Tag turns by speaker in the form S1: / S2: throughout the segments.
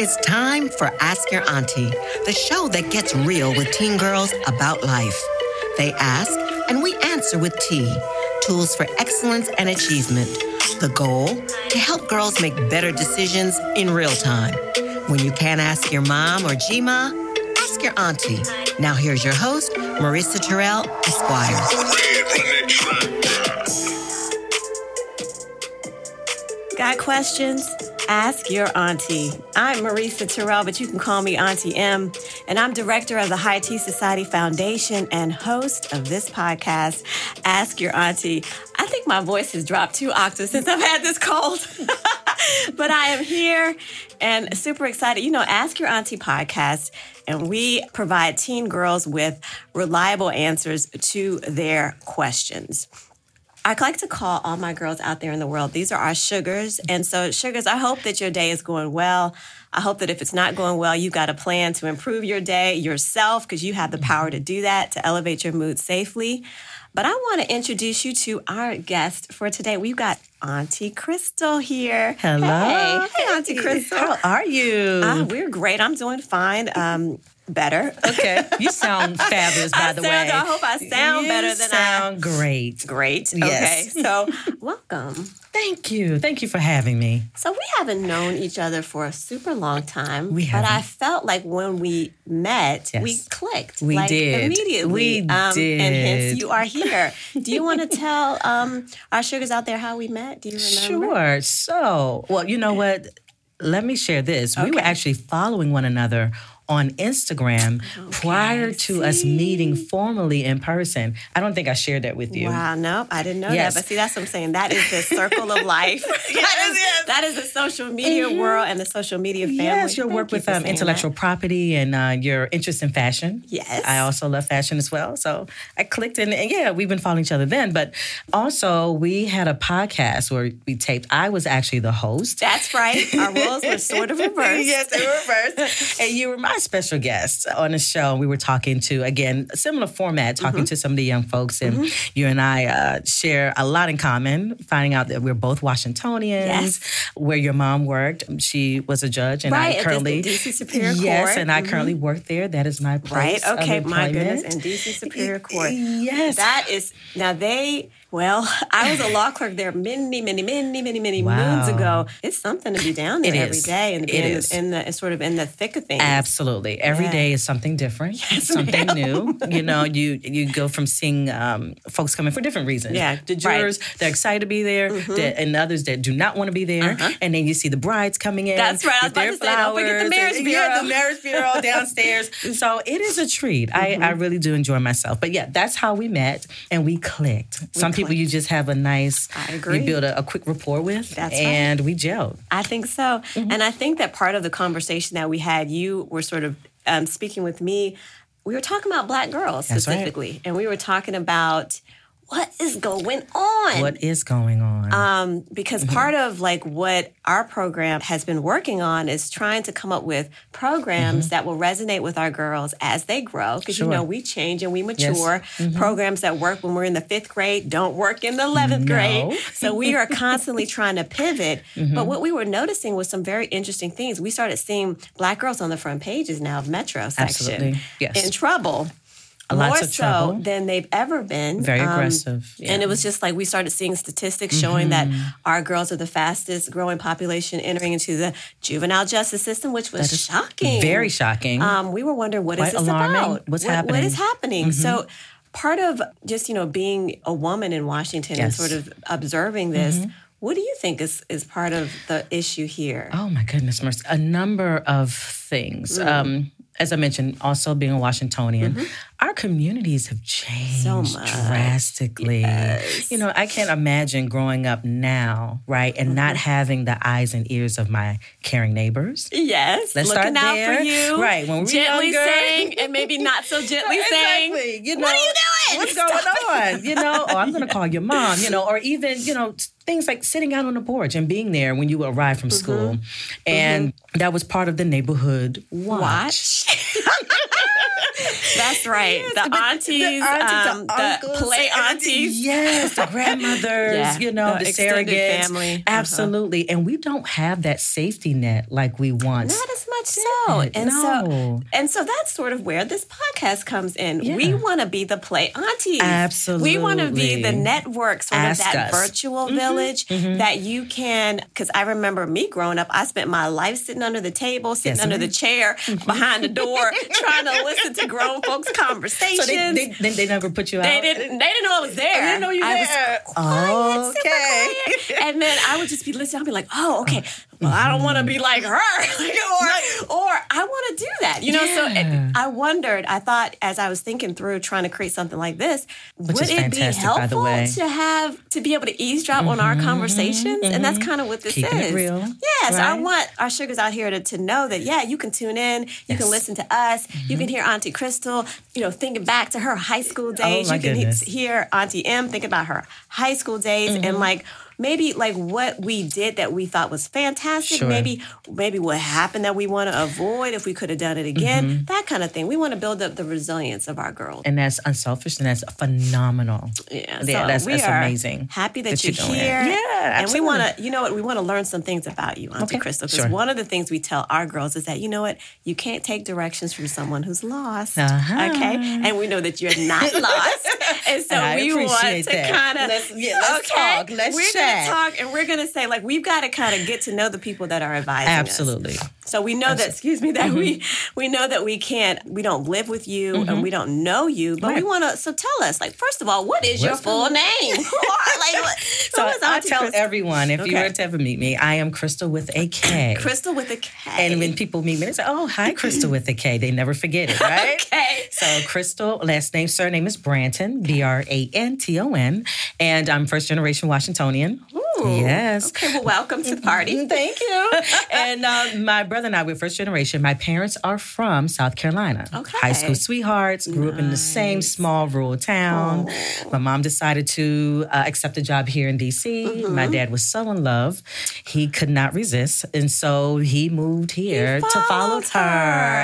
S1: It's time for Ask Your Auntie, the show that gets real with teen girls about life. They ask, and we answer with tea tools for excellence and achievement. The goal to help girls make better decisions in real time. When you can't ask your mom or Gma, ask your auntie. Now, here's your host, Marissa Terrell Esquire.
S2: Got questions? Ask your auntie. I'm Marisa Terrell, but you can call me Auntie M, and I'm director of the High Tea Society Foundation and host of this podcast, Ask Your Auntie. I think my voice has dropped two octaves since I've had this cold. but I am here and super excited. You know, Ask Your Auntie podcast, and we provide teen girls with reliable answers to their questions. I like to call all my girls out there in the world. These are our sugars. And so, sugars, I hope that your day is going well. I hope that if it's not going well, you got a plan to improve your day yourself because you
S3: Mm-hmm.
S2: have the power to do that, to elevate your mood safely. But I want to introduce you to our guest for today. We've got Auntie Crystal here.
S3: Hello.
S2: Hey, hey Auntie Crystal.
S3: How are you?
S2: Ah, we're great. I'm doing fine. Um, better.
S3: okay. You sound fabulous, by
S2: I
S3: the
S2: sound-
S3: way.
S2: I hope I sound
S3: you
S2: better than I-
S3: sound great.
S2: Great.
S3: Yes.
S2: Okay. So, welcome.
S3: Thank you. Thank you for having me.
S2: So we haven't known each other for a super long time.
S3: We
S2: But I
S3: haven't.
S2: felt like when we met,
S3: Yes.
S2: we clicked.
S3: We
S2: like,
S3: did.
S2: Immediately. Um,
S3: We
S2: And hence
S3: did.
S2: you are here. Do you want to tell um, our sugars out there how we met? Do you remember?
S3: Sure. So, well, you know what? Let me share this. We were
S2: Okay.
S3: actually following one another on Instagram prior to us meeting formally in person. I don't think I shared that with you.
S2: Wow, no, I didn't know
S3: Yes.
S2: that. But see, that's what I'm saying. That is the circle of life. that, is, that is the social media world and the social media family.
S3: Mm-hmm. Yes, your
S2: Thank
S3: work
S2: you
S3: with
S2: for
S3: um,
S2: saying that.
S3: intellectual property and uh, your interest in fashion.
S2: Yes.
S3: I also love fashion as well. So I clicked in, and yeah, we've been following each other then. But also, we had a podcast where we taped. I was actually the host.
S2: That's right. Our roles were sort of reversed.
S3: Yes, they were reversed. and you were my special guest on the show. We were talking to, again, a similar format,
S2: Mm-hmm.
S3: talking to some of the young folks. And you and I uh, share a lot in common, finding out that we're both Washingtonians,
S2: Yes.
S3: where your mom worked. She was a judge, and
S2: Right,
S3: I
S2: at the
S3: currently.
S2: DC Superior
S3: Yes,
S2: Court. Mm-hmm.
S3: and I currently work there. That is my
S2: Right.
S3: place of
S2: Okay. My goodness.
S3: employment.
S2: And DC Superior Court.
S3: Yes.
S2: That is now they. Well, I was a law clerk there many, many, many, many, many
S3: Wow.
S2: moons ago. It's something to be down there
S3: It
S2: every
S3: is.
S2: day and to be
S3: It
S2: in,
S3: is.
S2: The, in the sort of in the thick of things.
S3: Absolutely. every day
S2: Yeah.
S3: is something different, something new. You know, you you go from seeing um, folks coming for different reasons.
S2: Yeah,
S3: The
S2: right. Mm-hmm.
S3: jurors, they're excited to be there, that- and others that do not want to be there. And then you see the brides coming in.
S2: Uh-huh. That's right. I
S3: with
S2: was
S3: their
S2: about to say, don't forget
S3: flowers
S2: the marriage
S3: and- Yeah,
S2: bureau.
S3: the marriage bureau downstairs. So it is a treat. I, I
S2: Mm-hmm.
S3: really do enjoy myself. But yeah, that's how we met and we clicked. Some people you just have a nice,
S2: I agree.
S3: you build a, a quick rapport with,
S2: That's right.
S3: and we gelled.
S2: I think so.
S3: mm-hmm.
S2: And I think that part of the conversation that we had, you were sort of um, speaking with me. We were talking about black girls
S3: That's right.
S2: specifically, and we were talking about what is going on.
S3: What is going on?
S2: um, because
S3: Mm-hmm.
S2: part of like what our program has been working on is trying to come up with programs that will resonate with our girls as they grow because you
S3: Mm-hmm. Sure. Mm-hmm.
S2: know we change and we mature programs that work when we're in the fifth grade don't work in the 11th
S3: No. Mm-hmm.
S2: grade so we are constantly trying to pivot but what we were noticing was some very interesting things we started seeing black girls on the front pages now of metro section
S3: Absolutely. Yes.
S2: in trouble
S3: Lots
S2: more
S3: of trouble.
S2: so than they've ever been. Um,
S3: Very aggressive, yeah.
S2: And it was just like we started seeing statistics showing
S3: Mm-hmm.
S2: that our girls are the fastest growing population entering into the juvenile justice system, which was shocking.
S3: Very shocking.
S2: Um, we were wondering what is
S3: Quite
S2: this
S3: alarming.
S2: about?
S3: What's
S2: What- What
S3: happening? Mm-hmm.
S2: is happening? So part of just, you know, being a woman in Washington and
S3: Yes. Mm-hmm.
S2: sort of observing this, what do you think is, is part of the issue here?
S3: Oh my goodness, mercy! A number of things. Um, as I mentioned, also being a Washingtonian, our communities have changed
S2: much.
S3: drastically. You know, I can't imagine growing up now, right, and not having the eyes and ears of my caring neighbors.
S2: Yes,
S3: Let's
S2: looking
S3: start
S2: out
S3: there.
S2: for you.
S3: Right, when we were
S2: gently
S3: younger.
S2: saying and maybe not so gently saying.
S3: You know,
S2: what are you doing?
S3: What's going on? You know, oh, I'm going to call your mom. You know, or even you know s- things like sitting out on the porch and being there when you arrive from school, and that was part of the neighborhood watch.
S2: Watch. That's right. the aunties, um, the play aunties.
S3: Yes, the grandmothers,
S2: Yeah,
S3: you know,
S2: the
S3: the,
S2: extended
S3: surrogates.
S2: family. Uh-huh.
S3: Absolutely. And we don't have that safety net like we once.
S2: Not as much so.
S3: did.
S2: And so
S3: No.
S2: and so that's sort of where this podcast comes in. We
S3: Yeah.
S2: want to be the play aunties. We want to be
S3: Absolutely.
S2: the network, sort
S3: Ask
S2: of that
S3: us. Mm-hmm,
S2: virtual village that you can because I remember me growing up, I spent my life sitting under the table, sitting
S3: Yes,
S2: under
S3: ma'am. Mm-hmm.
S2: the chair, behind the door, trying to listen to grown folks' conversations.
S3: so they, they, they, they never put you
S2: They
S3: out. Oh,
S2: didn't. They didn't know I was there.
S3: didn't know you
S2: I was
S3: there.
S2: quiet, super
S3: Okay.
S2: quiet. And then I would just be listening. I'd be like, "Oh, okay. Well, I don't want to be like her, or or I want to do that." You know. So
S3: Yeah.
S2: it, I wondered. I thought as I was thinking through trying to create something like this, would
S3: is
S2: it be
S3: fantastic, by the
S2: helpful
S3: way.
S2: to have to be able to eavesdrop on our conversations? And that's kind of what this
S3: Keeping
S2: is.
S3: Mm-hmm. it real,
S2: Yes, I
S3: right?
S2: want our sugars out here to, to know that. Yeah, you can tune in. You
S3: Yes.
S2: can
S3: Mm-hmm.
S2: listen to us. You can hear Auntie Crystal. You know, thinking back to her high school days days.
S3: Oh, my
S2: you can he-
S3: goodness.
S2: hear Auntie M think about her high school days and like maybe like what we did that we thought was fantastic.
S3: Sure.
S2: Maybe maybe what happened that we want to avoid if we could have done it again. That kind of thing. We want to build up the resilience of our girls.
S3: And that's unselfish and that's phenomenal.
S2: Yeah,
S3: Yeah,
S2: so
S3: that's,
S2: we
S3: that's
S2: are
S3: amazing.
S2: Happy that,
S3: that
S2: you're,
S3: you're doing it.
S2: here.
S3: Yeah,
S2: and we want to, you know what? We want to learn some things about you, Auntie
S3: Okay,
S2: Crystal. Because
S3: sure.
S2: one of the things we tell our girls is that you know what? You can't take directions from someone who's lost.
S3: Uh-huh.
S2: Okay, and we know that you're not lost, and so
S3: And I
S2: we want
S3: appreciate
S2: to
S3: that.
S2: kind of
S3: Let's- yeah, let's talk. Let's
S2: we're
S3: chat.
S2: gonna talk, and we're gonna say like we've got to kind of get to know the people that are advising us.
S3: Absolutely.
S2: So we know that, excuse me, that we
S3: mm-hmm.
S2: we know that we can't, we don't live with you and we don't know you, but we
S3: Right.
S2: want to. So tell us, like, first of all, what is your
S3: What's
S2: full name? Who are- like, what,
S3: So
S2: who is
S3: I
S2: Auntie
S3: tell
S2: Crystal?
S3: everyone if you
S2: Okay.
S3: were to ever meet me, I am Crystal with a K.
S2: Crystal with a K.
S3: And when people meet me, they say, "Oh, hi, Crystal with a K." They never forget it, right?
S2: Okay.
S3: So, Crystal, last name, surname is Branton, B R A N T O N, and I'm first generation Washingtonian.
S2: Ooh.
S3: Yes. Mm-hmm.
S2: Okay. Well, welcome to the party.
S3: Thank you. and um, my brother and I, we're first generation. My parents are from South Carolina.
S2: Okay.
S3: High school sweethearts, grew up in the same small rural town. My mom decided to uh, accept a job here in DC.
S2: Mm-hmm.
S3: My dad was so in love, he could not resist. And so he moved here to follow
S2: followed her.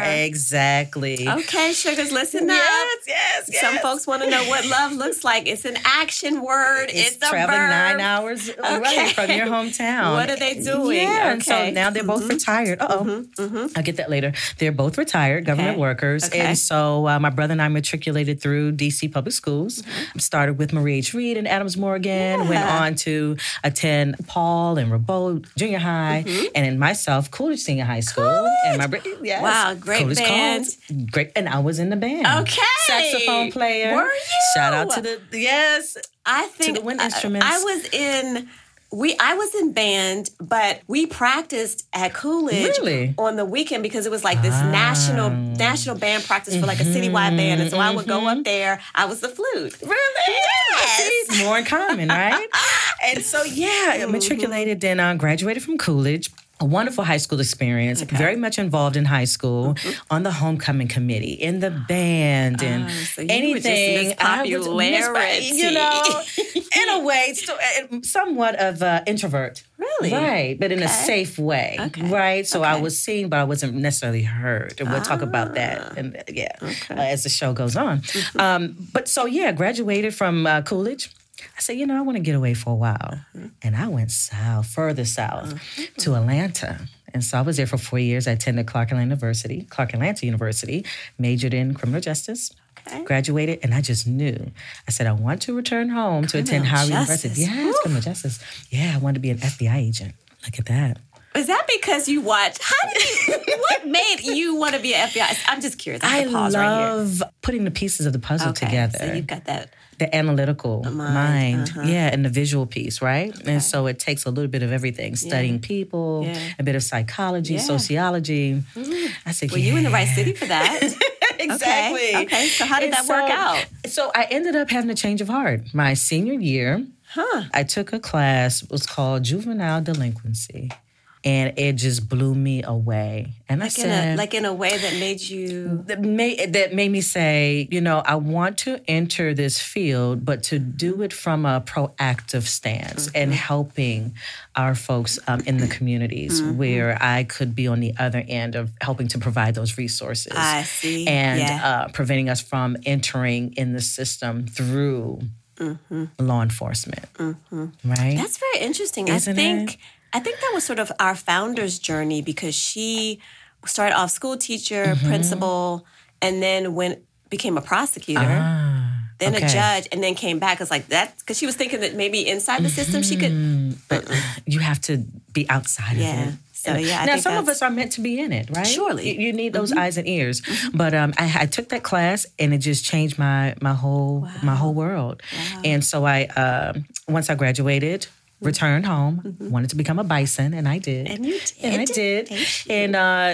S3: her. Exactly.
S2: Okay, sugars, listen
S3: Yes,
S2: up.
S3: yes, yes.
S2: Some folks want to know what love looks like. It's an action word.
S3: It's,
S2: It's, a
S3: traveling
S2: verb.
S3: nine hours away from your hometown.
S2: What are they doing?
S3: Yeah, and so
S2: Okay. Mm-hmm.
S3: now they're both retired. Uh oh, I'll get that later. They're both retired government
S2: Okay.
S3: workers,
S2: Okay.
S3: and so uh, my brother and I matriculated through DC public schools. Started with Marie H. Reed and Adams Morgan. Went
S2: Mm-hmm. Yeah.
S3: on to attend Paul and Rabot Junior High,
S2: Mm-hmm.
S3: and then myself Coolidge Senior High School. And my br- yes.
S2: Wow, great
S3: Coolidge
S2: band.
S3: College. Great, and I was in the band.
S2: Okay.
S3: saxophone player.
S2: Were you?
S3: Shout out to the yes.
S2: I think
S3: the wind
S2: I-
S3: instruments.
S2: I, was in we I was in band, but we practiced at Coolidge
S3: Really? Ah.
S2: on the weekend because it was like this national national band practice for like a citywide band, and so I would go up there. I was the flute.
S3: Mm-hmm. Really?
S2: Yes.
S3: See, more in common, right? and so, yeah, I matriculated and uh, graduated from Coolidge. A wonderful high school experience, very much involved in high school,
S2: Mm-hmm.
S3: on the homecoming committee, in the band, and
S2: Ah, so you were just
S3: anything.
S2: Miss
S3: I was Miss-
S2: Popularity.
S3: you know, in a way, still, uh, somewhat of an introvert.
S2: Really?
S3: Right, but in a
S2: Okay.
S3: safe way,
S2: Okay.
S3: right? So I
S2: Okay.
S3: was seen, but I wasn't necessarily heard. And we'll talk about
S2: Ah.
S3: that, and yeah, uh, as the show goes on.
S2: Mm-hmm.
S3: Um, but so yeah, graduated from uh, Coolidge. I said, you know, I want to get away for a while,
S2: Mm-hmm.
S3: and I went south, further south,
S2: Uh-huh.
S3: to Atlanta. And so I was there for four years. I attended Clark Atlanta University, Clark Atlanta University, majored in criminal justice.
S2: Okay.
S3: Graduated, and I just knew. I said, I want to return home to attend
S2: Criminal
S3: Howard
S2: Oh, justice.
S3: University. Yes, criminal justice. Yeah, I wanted to be an FBI agent. Look at that.
S2: Is that because you watch? How did you? what made you want to be an FBI? I'm just curious. I,
S3: I
S2: have to pause right here.
S3: love putting the pieces of the puzzle
S2: Okay,
S3: together.
S2: So you've got that.
S3: the analytical mind, yeah, and the visual piece, right?
S2: Okay.
S3: And so it takes a little bit of everything: studying people,
S2: Yeah.
S3: a bit of psychology,
S2: Yeah.
S3: sociology. I said,
S2: Were you in the right
S3: "Yeah."
S2: city for that?
S3: exactly.
S2: Okay. Okay. So how did
S3: And
S2: that work out?
S3: So I ended up having a change of heart my senior year.
S2: Huh.
S3: I took a class it was called juvenile delinquency. and it just blew me away. And I
S2: Like in,
S3: said,
S2: a, like in a way that made you
S3: that made that made me say, you know, I want to enter this field, but to do it from a proactive stance and helping our folks um, in the communities where I could be on the other end of helping to provide those resources
S2: I see.
S3: and
S2: Yeah.
S3: uh, preventing us from entering in the system through law enforcement, Mm-hmm. right?
S2: That's very interesting.
S3: Isn't
S2: I think I think that was sort of our founder's journey because she started off school teacher,
S3: Mm-hmm.
S2: principal, and then went became a prosecutor. then
S3: Ah, okay.
S2: a judge, and then came back. It's like that because she was thinking that maybe inside the system she could.
S3: Mm. you have to be outside
S2: Yeah.
S3: of it.
S2: So, yeah, I
S3: now
S2: think
S3: some of
S2: that's-
S3: us are meant to be in it, right?
S2: Surely. Mm-hmm.
S3: you, you need those eyes and ears. But um, I, I took that class and it just changed my my whole my whole world. And so I um, once I graduated. Returned home, wanted to become a bison, and I did.
S2: Mm-hmm. And you
S3: And I
S2: did.
S3: did.
S2: Thank
S3: And uh,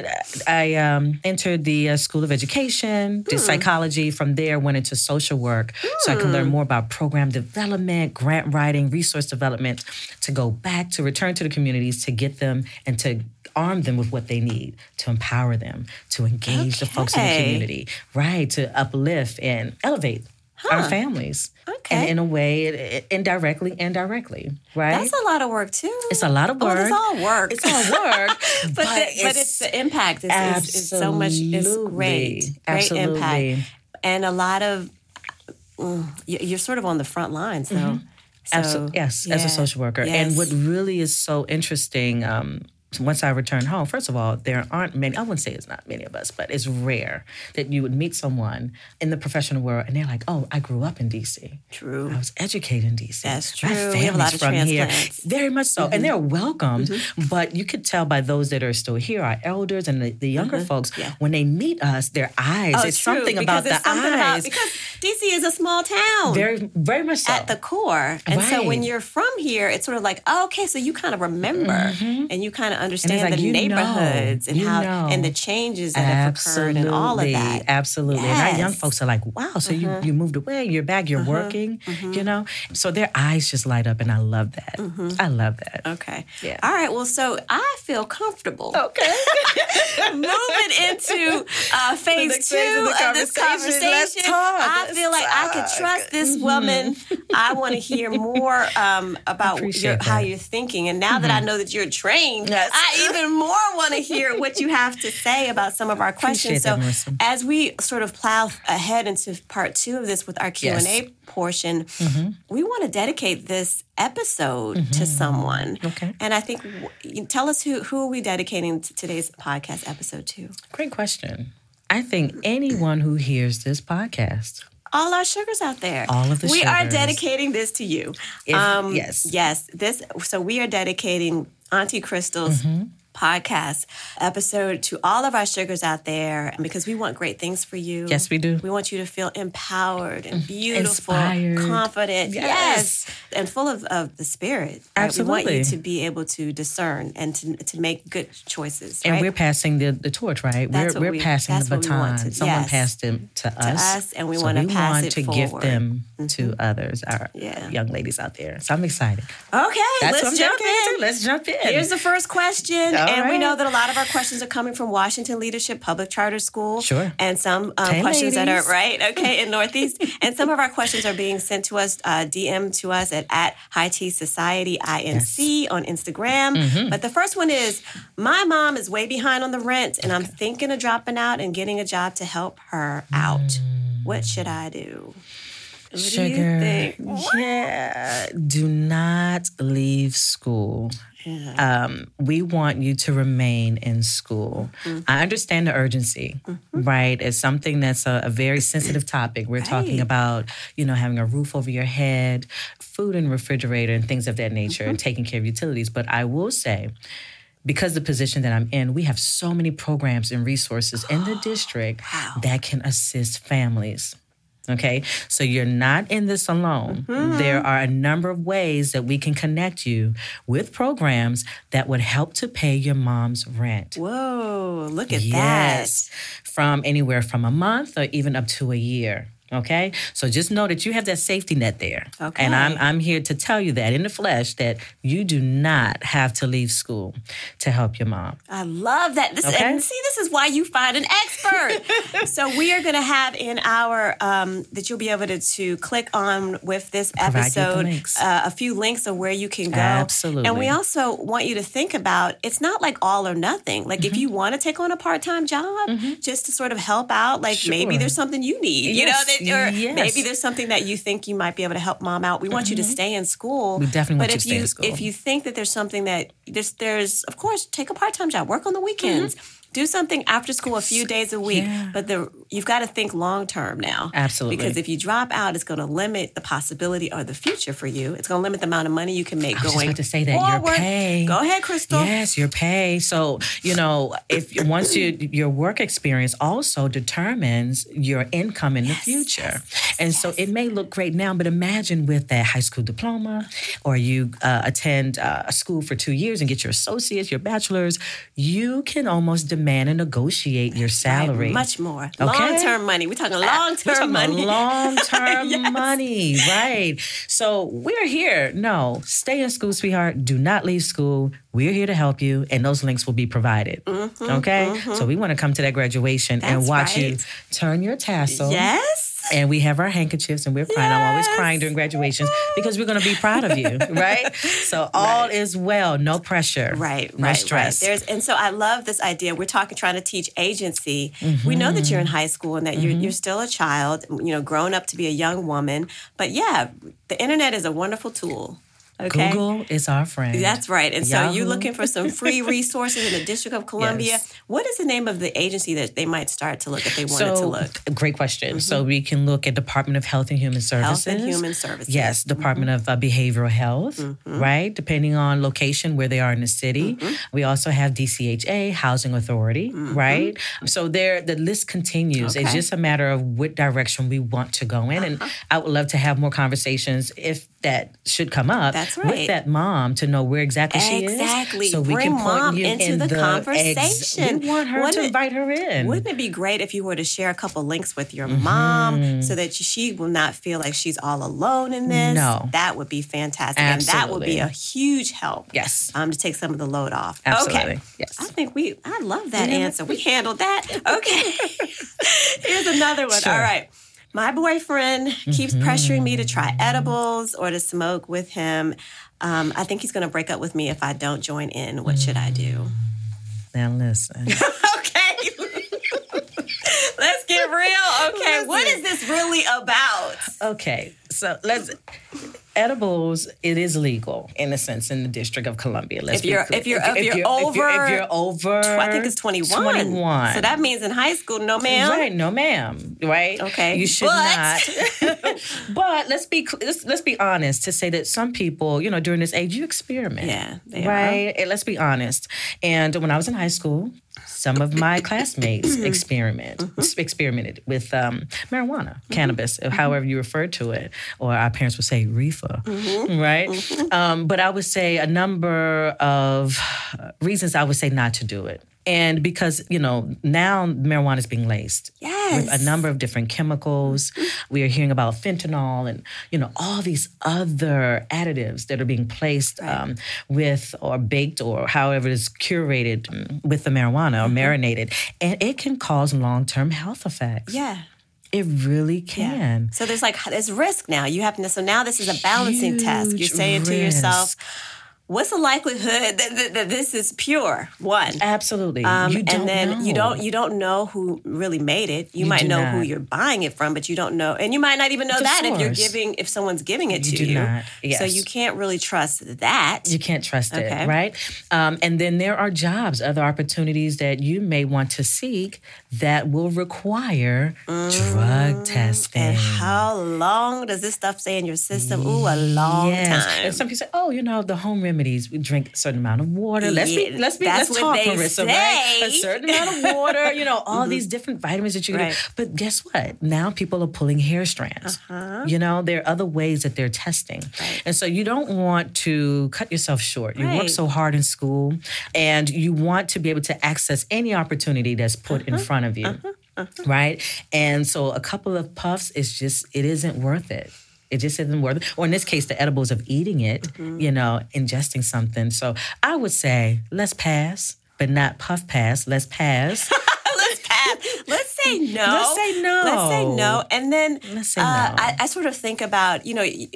S3: I um, entered the uh, School of Education,
S2: Hmm.
S3: did psychology. From there, went into social work so I could
S2: Hmm.
S3: learn more about program development, grant writing, resource development to go back, to return to the communities, to get them and to arm them with what they need, to empower them, to engage the folks in the
S2: Okay.
S3: community, right? To uplift and elevate. Our families, and
S2: Okay.
S3: in a way, it, it, indirectly and directly, right?
S2: That's a Oh, lot of work too.
S3: it's a lot of work.
S2: Well, it's all work.
S3: It's all work, but,
S2: but, the- but it's the impact. It's, it's, it's so much. It's great.
S3: Absolutely.
S2: Great
S3: Absolutely.
S2: impact. And a lot of mm, you- you're sort of on the front lines, though. So,
S3: Absolutely. Mm-hmm. Yes, as
S2: yeah.
S3: a social worker. And
S2: Oh, Yes.
S3: what really is so interesting, um, once I returned home, first of all, there aren't many, I wouldn't say it's not many of us, but it's rare that you would meet someone in the professional world and they're like, oh, I grew up in DC.
S2: True.
S3: I was educated in DC.
S2: That's
S3: My
S2: true.
S3: family's
S2: We have a lot of
S3: from here.
S2: transplants. Mm-hmm.
S3: Very much so. And they're welcomed. But you could tell by those that are still here, our elders and the, the younger folks,
S2: Mm-hmm. Yeah.
S3: when they meet us, their eyes,
S2: Oh,
S3: it's
S2: true,
S3: something
S2: because
S3: about
S2: it's
S3: the
S2: something about-
S3: eyes.
S2: because DC is a small town.
S3: very, very much so.
S2: at the core. And so when
S3: Right.
S2: you're from here, it's sort of like, oh, okay, so you kind of remember and you kind of understand
S3: Mm-hmm. like,
S2: the
S3: you know,
S2: neighborhoods and
S3: you
S2: how
S3: know.
S2: and the changes that
S3: absolutely,
S2: have occurred and all of that.
S3: Absolutely. And our young
S2: Yes. Uh-huh.
S3: folks are like, wow, so you, you moved away, you're back, you're working,
S2: Mm-hmm.
S3: you know? So their eyes just light up, and I love that. I love that.
S2: Okay.
S3: Yeah. Oh.
S2: All right. Well, so I feel comfortable
S3: Okay.
S2: moving into uh, phase
S3: next
S2: two
S3: phase of the
S2: of this
S3: conversation.
S2: conversation.
S3: Let's talk.
S2: I
S3: Let's Mm-hmm.
S2: feel like I could trust this woman. I want to hear more um, about your,
S3: Appreciate
S2: how
S3: that. Mm-hmm.
S2: you're thinking. And now that I know that you're trained,
S3: Yes.
S2: I even more want to hear what you have to say about some of our questions.
S3: Appreciate that,
S2: so
S3: Marissa.
S2: as we sort of plow ahead into part two of this with our Q and A
S3: Yes.
S2: portion, we want to dedicate this episode to someone.
S3: Okay.
S2: And I think w- you- tell us who who are we dedicating t- today's podcast episode to?
S3: Great question. I think anyone who hears this podcast,
S2: All our sugars out there.
S3: All of the
S2: We are
S3: sugars.
S2: dedicating this to you. Um,
S3: If- yes.
S2: Yes. This. So we are dedicating Auntie Crystal's.
S3: Mm-hmm.
S2: Podcast episode to all of our sugars out there because we want great things for you.
S3: Yes, we do. Mm-hmm.
S2: We want you to feel empowered and beautiful,
S3: Inspired.
S2: confident, yes.
S3: Yes.
S2: and full of, of the spirit. We want you
S3: Absolutely.
S2: to be able to discern and to, to make good choices.
S3: and
S2: right?
S3: we're passing the, the torch, right?
S2: That's
S3: we're
S2: what
S3: we're
S2: we-
S3: passing
S2: that's
S3: the
S2: what we want
S3: baton.
S2: to-
S3: Someone
S2: yes.
S3: passed them to, us,
S2: us, and we
S3: so
S2: wanna
S3: we
S2: pass
S3: want
S2: it
S3: to
S2: forward.
S3: give
S2: Mm-hmm.
S3: them to others, our
S2: Yeah.
S3: young ladies out there. So I'm excited.
S2: Okay,
S3: That's
S2: let's
S3: what I'm
S2: jump
S3: dedicated
S2: in.
S3: to. Let's jump in.
S2: Here's the first question,
S3: All
S2: and we
S3: right.
S2: know that a lot of our questions are coming from Washington Leadership Public Charter School.
S3: Sure.
S2: And some um,
S3: Hey,
S2: questions that are
S3: ladies.
S2: right, okay, in Northeast, and some of our questions are being sent to us, uh, DM to us at at High Tea Society Inc on Instagram.
S3: Mm-hmm.
S2: But the first one is, my mom is way behind on the rent, and I'm thinking of dropping out and getting a job to help her
S3: Mm.
S2: out. What should I do? What
S3: Sugar.
S2: do you think?
S3: Yeah. Do not leave school. Um, we want you to remain in school.
S2: Mm-hmm.
S3: I understand the urgency, right? It's something that's a, a very sensitive topic. We're talking
S2: Right.
S3: about, you know, having a roof over your head, food in refrigerator, and things of that nature,
S2: Mm-hmm.
S3: and taking care of utilities. But I will say, because the position that I'm in, we have so many programs and resources in the district that can assist families. Okay, so you're not in this alone.
S2: Mm-hmm.
S3: There are a number of ways that we can connect you with programs that would help to pay your mom's rent.
S2: Whoa, look at that.
S3: Yes, from anywhere from a month or even up to a year. Okay, so just know that you have that safety net there.
S2: Okay.
S3: And I'm I'm here to tell you that in the flesh that you do not have to leave school to help your mom.
S2: I love that. This
S3: Okay.
S2: and see, this is why you find an expert. so we are going to have in our um, that you'll be able to, to click on with this
S3: you the
S2: episode
S3: links.
S2: uh, a few links of where you can go. And we
S3: Absolutely.
S2: also want you to think about it's not like all or nothing. Like
S3: Mm-hmm.
S2: if you want to take on a part time job just to sort of help out, like maybe
S3: Sure.
S2: there's something you need,
S3: Yes,
S2: you know, that, or
S3: yes. Mm-hmm.
S2: maybe there's something that you think you might be able to help mom out. We want you to stay in school.
S3: We definitely
S2: but
S3: want you to
S2: if
S3: stay
S2: you
S3: in school.
S2: if you think that there's something that there's there's of course take a part-time job work
S3: Mm-hmm.
S2: on the weekends do something after school a few days a week
S3: Yeah.
S2: but the you've got to think long term now
S3: Absolutely.
S2: because if you drop out it's going to limit the possibility or the future for you it's going to limit the amount of money you can make
S3: was just
S2: going
S3: about to say that, your
S2: forward.
S3: pay.
S2: go ahead crystal
S3: Yes, your pay. So you know, if you- once you, your work experience also determines your income in the future, and so it may look great now, but imagine with that high school diploma, or you uh, attend uh, a school for two years and get your associates, your bachelor's, you can almost demand and negotiate your salary.
S2: much more
S3: Okay. Uh,
S2: long-term money we're talking long-term money
S3: Long term money, right? So we're here. No, stay in school, sweetheart. Do not leave school. We're here to help you, and those links will be provided. okay, so we want to come to that graduation and
S2: Mm-hmm, That's
S3: watch you
S2: right.
S3: turn your tassel.
S2: yes
S3: And we have our handkerchiefs and we're crying. I'm always
S2: Yes.
S3: crying during graduations because we're going to be proud of you, right? So all is well. No pressure.
S2: Right,
S3: No
S2: right,
S3: stress.
S2: right. There's and so I love this idea. We're talking trying to teach agency. We know that
S3: Mm-hmm.
S2: you're in high school and that you're you're still a child, you know, grown up to be a young woman. But yeah, the internet is a wonderful tool. Okay.
S3: Google is our friend.
S2: That's right. And so
S3: Yahoo.
S2: you're looking for some free resources in the District of Columbia.
S3: Yes.
S2: What is the name of the agency that they might start to look if they wanted to look?
S3: Great question. So we can look at Department of Health and Human Services.
S2: Mm-hmm. Health and Human Services. Mm-hmm.
S3: Yes, Department of uh, Behavioral Health, right? Depending on location where they are in the city. We also have DCHA, Housing Authority, right? So there, the list continues. It's
S2: Mm-hmm. Okay. Uh-huh.
S3: just a matter of what direction we want to go in, and I would love to have more conversations if that should come up
S2: That's
S3: with
S2: right.
S3: that mom to know where exactly she is,
S2: Exactly.
S3: so we
S2: Bring
S3: can point
S2: mom
S3: you
S2: into
S3: in
S2: the
S3: ex-
S2: conversation.
S3: we want her
S2: Wouldn't
S3: to
S2: it-
S3: invite her in.
S2: Wouldn't it be great if you were to share a couple links with your
S3: Mm-hmm.
S2: mom so that she will not feel like she's all alone in this?
S3: No.
S2: That would be fantastic. And that would be
S3: Absolutely.
S2: a huge help.
S3: Yes.
S2: Um, to take some of the load off.
S3: Absolutely.
S2: Okay.
S3: Yes.
S2: I think we, I love that
S3: Yeah.
S2: answer. We handled that. Okay. Here's another one.
S3: Sure.
S2: All right. My boyfriend keeps pressuring me to try
S3: Mm-hmm.
S2: edibles or to smoke with him. Um, I think he's going to break up with me if I don't join in. What should I do?
S3: Now listen.
S2: okay. Let's get real. Okay. What is this really about?
S3: Okay, so let's edibles. It is legal in a sense in the District of Columbia. Let's
S2: If you're-
S3: be clear.
S2: if you're- if you're
S3: if
S2: over-
S3: you're over,
S2: I think it's 21.
S3: 21.
S2: So that means in high school, no ma'am.
S3: Right, no, ma'am. Right.
S2: Okay,
S3: You should
S2: but-
S3: not. but let's be cl- let's, let's be honest to say that some people, you know, during this age, you experiment.
S2: Yeah, they are.
S3: right. And eh, let's be honest. And when I was in high school, some of my classmates experiment experimented with um, marijuana, cannabis, however you refer to it, or our parents would say reefer, right? Um, but I would say a number of uh, reasons I would say not to do it. And because, you know, now marijuana is being laced with
S2: Yes. Mm-hmm.
S3: a number of different chemicals. We are hearing about fentanyl and, you know, all these other additives that are being placed um, with or baked or however it is curated mm, with the marijuana or
S2: Mm-hmm.
S3: marinated. And it can cause long term health effects.
S2: Yeah.
S3: It really can.
S2: So there's like there's risk now. You have to so now this is a balancing task. You're
S3: Huge
S2: saying to yourself,
S3: risk.
S2: what's the likelihood that, that, that this is pure? One.
S3: Absolutely.
S2: Um,
S3: you don't
S2: and then you
S3: know.
S2: don't you don't know who really made it. You, might
S3: do
S2: know who
S3: not.
S2: you're buying it from, but you don't know, and you might not even know
S3: It's a
S2: that if you're
S3: source.
S2: giving if someone's giving it
S3: You do
S2: to you.
S3: not.
S2: So
S3: Yes.
S2: you can't really trust that.
S3: You can't trust
S2: Okay.
S3: it, right? Um, and then there are jobs, other opportunities that you may want to seek that will require drug testing.
S2: Mm, And how long does this stuff stay in your system? Ooh, a long
S3: Yes.
S2: time.
S3: And some people say, "Oh, you know, the home remedies. We drink a certain amount of water. Let's be,
S2: Yeah,
S3: let's be, let's
S2: that's
S3: talk,
S2: what they
S3: Marissa. Right? A
S2: say. Mm-hmm.
S3: certain amount of water. You know, all these different vitamins that you can. do.
S2: Right.
S3: But guess what? Now people are pulling hair strands. You know, there are other ways that they're testing, and so you don't want to cut yourself short. You work
S2: Right.
S3: so hard in school, and you want to be able to access any opportunity that's put in front of you. right? And so a couple of puffs is just it isn't worth it. It just isn't worth it. Or in this case, the edibles of eating it, you know, ingesting something. So I would say let's pass, but not puff pass. Let's pass.
S2: let's pass. Let's say no.
S3: Let's say no.
S2: Let's say no. And then
S3: Let's say
S2: uh,
S3: no.
S2: I, I sort of think about, you know, y-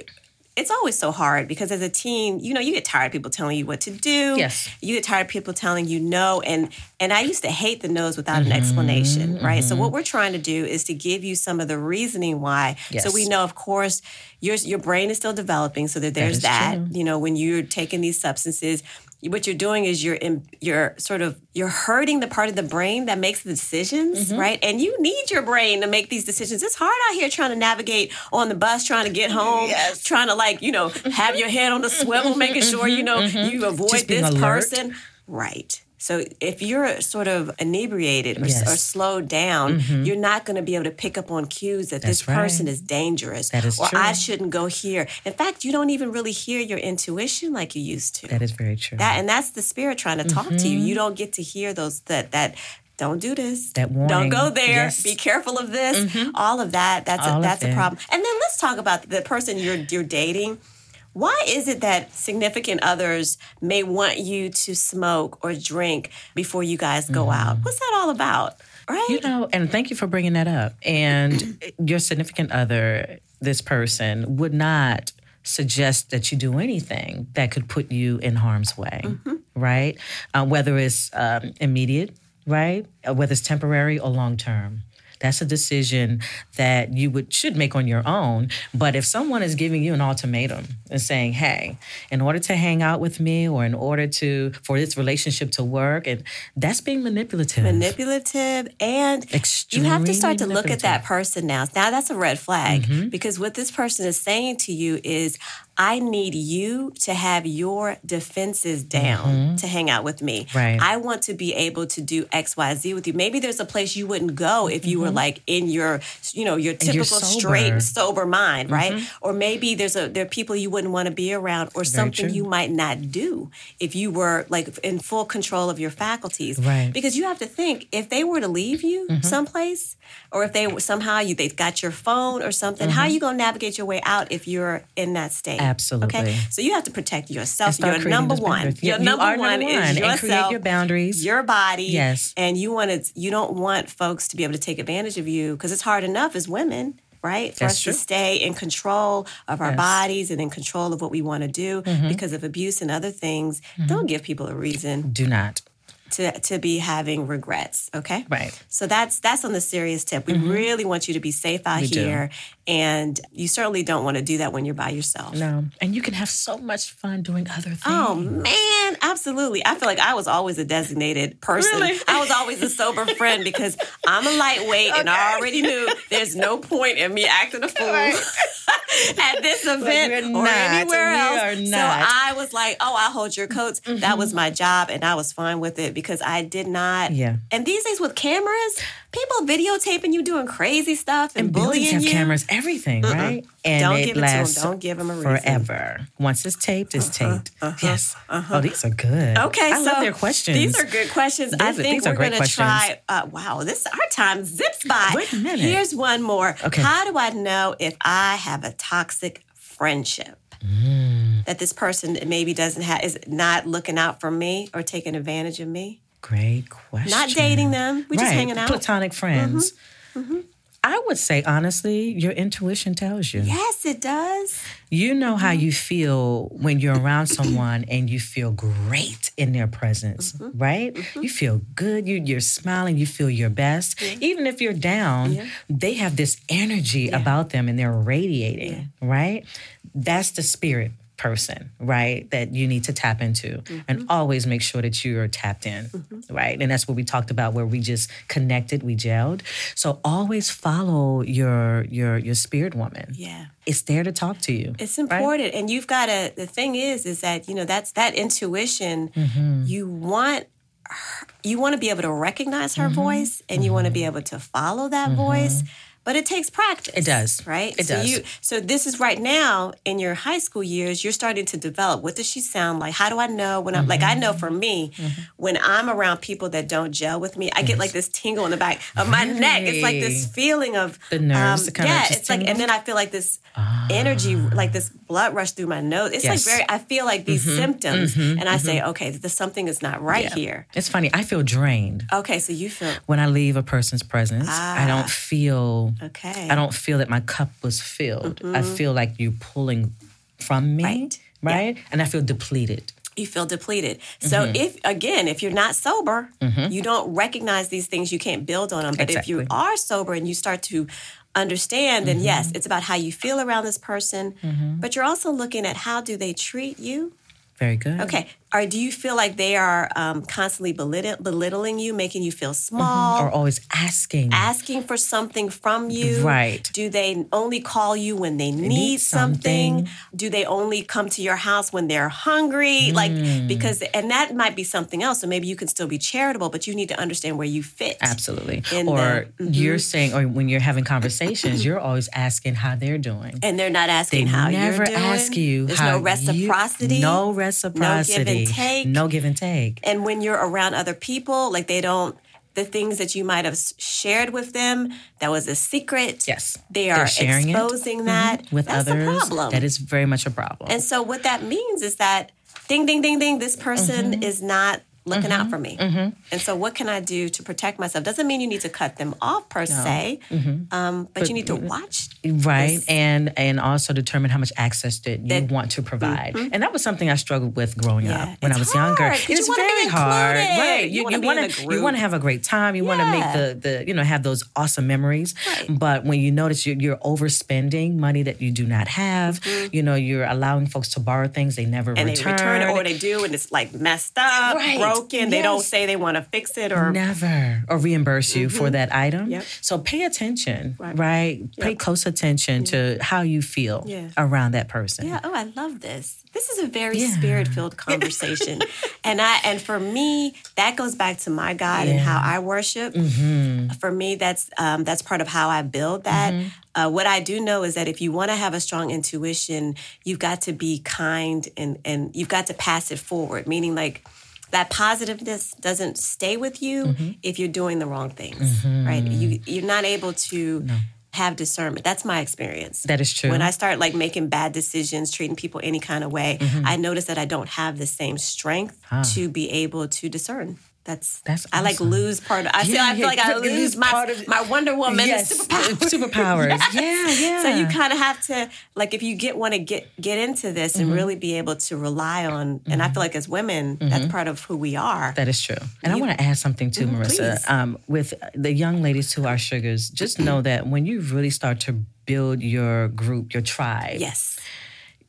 S2: it's always so hard because as a teen, you know, you get tired of people telling you what to do.
S3: Yes.
S2: You get tired of people telling you no. And and I used to hate the no's without
S3: Mm-hmm.
S2: an explanation, right? So what we're trying to do is to give you some of the reasoning why. So
S3: Yes.
S2: we know, of course, your your brain is still developing. So that there's
S3: is
S2: that.
S3: true.
S2: You know, when you're taking these substances, what you're doing is you're in, you're sort of you're hurting the part of the brain that makes the decisions,
S3: Mm-hmm.
S2: right? And you need your brain to make these decisions. It's hard out here trying to navigate on the bus, trying to get home,
S3: Yes.
S2: trying to like you know have your head on the swivel, making sure
S3: Mm-hmm.
S2: you know you avoid
S3: Just being
S2: this
S3: alert.
S2: person, right? So if you're sort of inebriated or,
S3: Yes. Mm-hmm.
S2: or slowed down, you're not going to be able to pick up on cues that this
S3: That's right.
S2: person is dangerous
S3: That is
S2: or
S3: true.
S2: I shouldn't go here. In fact, you don't even really hear your intuition like you used to.
S3: that is very true.
S2: That- and that's the spirit trying to talk to you.
S3: Mm-hmm.
S2: You don't get to hear those that that don't do this.
S3: That
S2: Don't
S3: warning.
S2: go there.
S3: Yes. Mm-hmm.
S2: Be careful of this. All of that. That's
S3: All
S2: a,
S3: of
S2: that's a
S3: it.
S2: problem. And then let's talk about the person you're you're dating. Why is it that significant others may want you to smoke or drink before you guys go out? What's that all about? Right?
S3: Mm-hmm. You know, and thank you for bringing that up. And your significant other, this person, would not suggest that you do anything that could put you in harm's way, right? Uh, whether it's um, immediate, right? Uh, Whether it's temporary or long term. That's a decision that you would should make on your own. But if someone is giving you an ultimatum and saying, "Hey, in order to hang out with me, or in order to for this relationship to work," and that's being manipulative.
S2: manipulative and you have to
S3: Extremely
S2: start to look at that
S3: manipulative. Mm-hmm.
S2: person now now that's a red flag because what this person is saying to you is i need you to have your defenses down to hang out with me
S3: Mm-hmm. Right.
S2: i want to be able to do xyz with you maybe there's a place you wouldn't go if you were like in your you know your typical
S3: Mm-hmm. you're sober.
S2: straight sober mind right
S3: Mm-hmm.
S2: or maybe there's a there are people you wouldn't want to be around or something
S3: true.
S2: you might not do if you were like in full control of your faculties
S3: Right. Mm-hmm.
S2: because you have to think if they were to leave you someplace, or if they were- somehow you they've got your phone or something, how are
S3: Mm-hmm.
S2: you gonna navigate your way out if you're in that state? Okay,
S3: Absolutely.
S2: so you have to protect yourself.
S3: start
S2: Your
S3: creating
S2: number
S3: those
S2: one,
S3: boundaries.
S2: your
S3: Yeah, you
S2: number
S3: are
S2: one
S3: number
S2: is
S3: one, and create
S2: yourself,
S3: your boundaries.
S2: your body.
S3: Yes.
S2: and you want to. You don't want folks to be able to take advantage of you because it's hard enough as women. Right? For
S3: That's
S2: us
S3: true.
S2: to stay in control of our
S3: Yes. Mm-hmm.
S2: bodies and in control of what we want to do because of abuse and other things. Don't give people a reason
S3: Do not.
S2: to to be having regrets. Okay.
S3: Right. Mm-hmm.
S2: So that's that's on the serious tip. We really want you to be safe out
S3: We do.
S2: here, and you certainly don't want to do that when you're by yourself.
S3: No. And you can have so much fun doing other things.
S2: Oh man, absolutely. I feel like I was always a designated person.
S3: Really?
S2: I was always a sober friend because I'm a lightweight and I
S3: Okay.
S2: already knew there's no point in me acting a fool
S3: Right.
S2: at this event
S3: we're
S2: or
S3: not.
S2: anywhere
S3: We
S2: else.
S3: are
S2: So
S3: not. Mm-hmm.
S2: I was like, oh, I'll hold your coats. That was my job and I was fine with it because I did not.
S3: Yeah.
S2: And these days with cameras, people videotaping you doing crazy stuff and,
S3: Bullies
S2: bullying
S3: have
S2: you.
S3: cameras, everything, right? And
S2: Don't
S3: it
S2: give it to 'em.
S3: lasts
S2: Don't give 'em a reason. Uh-huh,
S3: forever. Once it's taped, it's taped. yes. Oh, these are good.
S2: Okay,
S3: I
S2: so
S3: love their questions.
S2: These are good questions. I
S3: These are-
S2: think
S3: these are
S2: we're
S3: great
S2: going to
S3: questions.
S2: try. Uh, wow, this our time zips by.
S3: Wait a minute.
S2: Here's one more.
S3: Okay.
S2: How do I know if I have a toxic friendship?
S3: Mm.
S2: That this person maybe doesn't have is not looking out for me or taking advantage of me.
S3: great questions.
S2: Not dating them. We
S3: right.
S2: just hanging out. Mm-hmm.
S3: Platonic friends. I would say honestly, your intuition tells you.
S2: Yes, it does.
S3: You know how you feel when you're around someone and you feel great in their presence, right? You feel good, you, you're smiling, you feel your best. Even if you're down, they have this energy about them and they're radiating, right? That's the spirit person, right? That you need to tap into and always make sure that you're tapped in, right? And that's what we talked about where we just connected, we gelled. So always follow your your your spirit woman
S2: Yeah.
S3: it's there to talk to you.
S2: It's
S3: right?
S2: important, and you've got to. The thing is, is that you know that's that intuition. You want her, you want to be able to recognize her voice, and you want to be able to follow that voice. but it takes practice.
S3: It does.
S2: Right?
S3: It
S2: so
S3: does.
S2: You, so this is right now in your high school years, you're starting to develop. What does she sound like? How do I know when I'm like I
S3: Mm-hmm.
S2: know for me, when I'm around people that don't gel with me, I get like this tingle in the back of my neck. It's like this feeling of um,
S3: The nerves that kinda
S2: yeah,
S3: just Ah.
S2: it's like and then I feel like this energy, like this blood rush through my nose. It's
S3: Yes. Mm-hmm.
S2: like very I feel like these symptoms and I say, okay, this something is not right here.
S3: It's funny. I feel drained
S2: Okay, so you feel
S3: when I leave a person's presence. I don't feel.
S2: Ah. okay. Mm-hmm.
S3: I don't feel that my cup was filled. I feel like you're pulling from me, right?
S2: Right. Yeah.
S3: And I feel depleted.
S2: you feel depleted. So if again, if you're not sober, you don't recognize these things, you can't build on them. But if
S3: Exactly.
S2: you are sober and you start to understand, then yes, it's about how you feel around this person, but you're also looking at how do they treat you?
S3: Very good.
S2: Okay. Or do you feel like they are um, constantly belittle, belittling you, making you feel small?
S3: Or always asking.
S2: asking for something from you?
S3: Right.
S2: Do they only call you when they, need,
S3: need
S2: something? Do they only come to your house when they're hungry?
S3: Mm.
S2: Like because and that might be something else. So maybe you can still be charitable, but you need to understand where you fit.
S3: Absolutely.
S2: In Mm-hmm.
S3: Or you're saying, or when you're having conversations, you're always asking how they're doing.
S2: And they're not asking how
S3: Never
S2: you're doing.
S3: ask you.
S2: There's
S3: how
S2: no
S3: you-
S2: reciprocity.
S3: no reciprocity.
S2: take.
S3: No give and take.
S2: and when you're around other people like they don't the things that you might have s- shared with them that was a secret
S3: Yes.
S2: they
S3: They're
S2: are
S3: sharing it Mm-hmm.
S2: exposing that
S3: With
S2: That's
S3: others,
S2: a problem
S3: that is very much a problem.
S2: and so what that means is that ding ding ding ding this person is not looking out for me and so what can i do to protect myself doesn't mean you need to cut them off per se um, but, you need to watch
S3: right and and also determine how much access that you
S2: That- Mm-hmm.
S3: want to provide and that was something i struggled with growing
S2: Yeah,
S3: up when i was
S2: it's
S3: younger
S2: hard 'cause you
S3: it's
S2: wanna be
S3: very hard
S2: included.
S3: right
S2: You
S3: you,
S2: wanna
S3: you
S2: be
S3: want
S2: in
S3: to
S2: a
S3: you want to
S2: group.
S3: have a great time you want to
S2: Yeah.
S3: make the the you know have those awesome memories
S2: Right.
S3: but when you notice you're, you're overspending money that you do not have you know you're allowing folks to borrow things they never
S2: Mm-hmm. and
S3: return,
S2: they return or they do and it's like messed up
S3: Right.
S2: broken they don't
S3: Yes.
S2: say they want to fix it or
S3: Never or reimburse you for that item.
S2: Mm-hmm. Yep.
S3: So pay attention, right?
S2: Right.
S3: Pay close attention to how you feel
S2: Yeah.
S3: around that person.
S2: Yeah. Oh, I love this. This is a very
S3: Yeah.
S2: spirit-filled conversation, and I and for me that goes back to my God and how I worship. For me, that's um, that's part of how I build that. Uh, what I do know is that if you want to have a strong intuition, you've got to be kind and and you've got to pass it forward. Meaning, like that positiveness doesn't stay with you if you're doing the wrong things, right? You you're not able to. Have discernment. That's my experience.
S3: That is true.
S2: When I start like making bad decisions, treating people any kind of way,
S3: Mm-hmm.
S2: I notice that I don't have the same strength to be able to discern. That's
S3: That's
S2: I like
S3: awesome.
S2: lose part of I feel
S3: Yeah,
S2: I feel like I
S3: yeah, you lose
S2: lose my
S3: part of-
S2: my Wonder Woman
S3: Yes,
S2: superpower.
S3: superpowers. Yeah, yeah.
S2: So you kind of have to like if you get want to get get into this and
S3: Mm-hmm.
S2: really be able to rely on and I feel like as women
S3: Mm-hmm.
S2: that's part of who we are.
S3: That is true. And I want to add something too, Marissa.
S2: Mm-hmm, please.
S3: Um, with the young ladies who are sugars, just know that when you really start to build your group, your tribe,
S2: yes.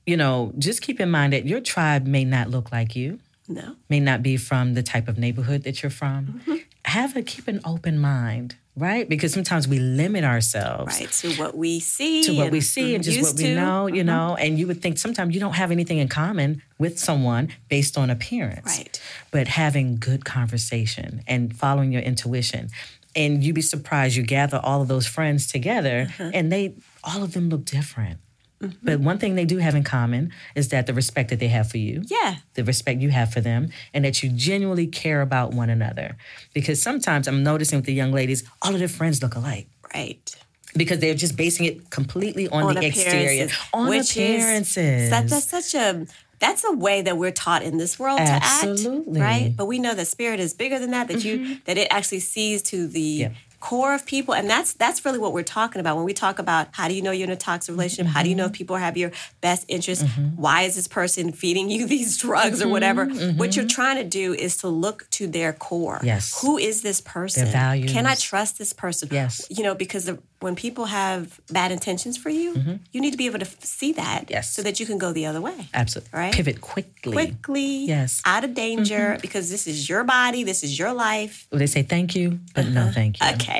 S3: you know, just keep in mind that your tribe may not look like you,
S2: No.
S3: may not be from the type of neighborhood that you're from.
S2: Mm-hmm.
S3: Have a keep an open mind, right? Because sometimes we limit ourselves.
S2: Right. To what we see.
S3: to what we
S2: and
S3: see and just what
S2: used
S3: we
S2: to. Uh-huh.
S3: know, you know, and you would think sometimes you don't have anything in common with someone based on appearance.
S2: Right.
S3: But having good conversation and following your intuition. And you'd be surprised you gather all of those friends together
S2: Uh-huh.
S3: and they all of them look different.
S2: Mm-hmm.
S3: But one thing they do have in common is that the respect that they have for you
S2: Yeah.
S3: the respect you have for them and that you genuinely care about one another. Because sometimes I'm noticing with the young ladies, all of their friends look alike
S2: Right.
S3: because they're just basing it completely on, the exterior,
S2: appearances,
S3: on
S2: which is-
S3: appearances.
S2: that- that's such a that's a way that we're taught in this world
S3: Absolutely. Mm-hmm.
S2: to act, right? But we know that spirit is bigger than that. That you that it actually sees to the core of people, and that's that's really what we're talking about when we talk about how do you know you're in a toxic relationship? How do you know if
S3: Mm-hmm.
S2: people have your best interest? Why is this person feeding you these drugs or whatever? What you're trying to do is to look to their core.
S3: Mm-hmm. Yes.
S2: who is this person?
S3: values.
S2: Can I trust this person?
S3: Yes.
S2: you know because the, when people have bad intentions for you, you need to be able to f- see that
S3: Mm-hmm. Yes.
S2: so that you can go the other way.
S3: Absolutely.
S2: Right?
S3: Pivot quickly.
S2: Quickly,
S3: Yes. Mm-hmm.
S2: out of danger because this is your body, this is your life. Uh-huh.
S3: Well, They say thank you, but no thank you.
S2: Okay.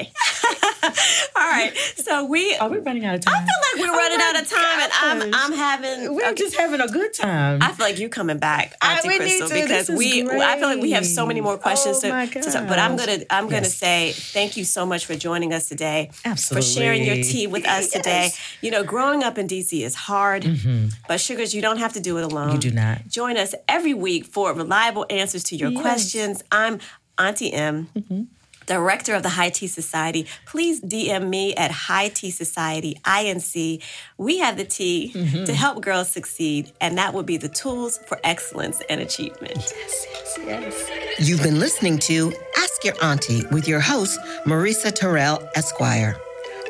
S2: All right. So we
S3: Are we Oh, running out of time?
S2: I feel like we're running out of time, and I'm
S3: gosh.
S2: I'm having.
S3: We're just having a good time.
S2: I feel like you're coming back,
S3: Um, I-
S2: Auntie
S3: we need
S2: Crystal,
S3: to.
S2: because
S3: This is
S2: we. I feel like we have so many more
S3: great.
S2: questions
S3: Oh,
S2: to,
S3: my
S2: to talk. But I'm
S3: gosh.
S2: gonna I'm gonna
S3: Yes.
S2: say thank you so much for joining us today.
S3: Absolutely.
S2: For sharing your tea with us today.
S3: Yes. Mm-hmm.
S2: You know, growing up in DC is hard, but sugars, you don't have to do it alone.
S3: You do not.
S2: Join us every week for reliable answers to your
S3: Yes.
S2: questions. I'm Auntie M. Director of the High Tea Society, please DM me at High Tea Society INC. We have the tea to help girls succeed, and that would be the tools for excellence and achievement.
S1: You've been listening to Ask Your Auntie with your host, Marisa Terrell Esquire.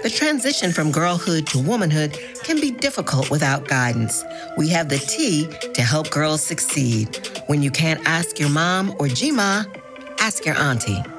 S1: The transition from girlhood to womanhood can be difficult without guidance. We have the tea to help girls succeed. When you can't ask your mom or G-Ma, ask your auntie.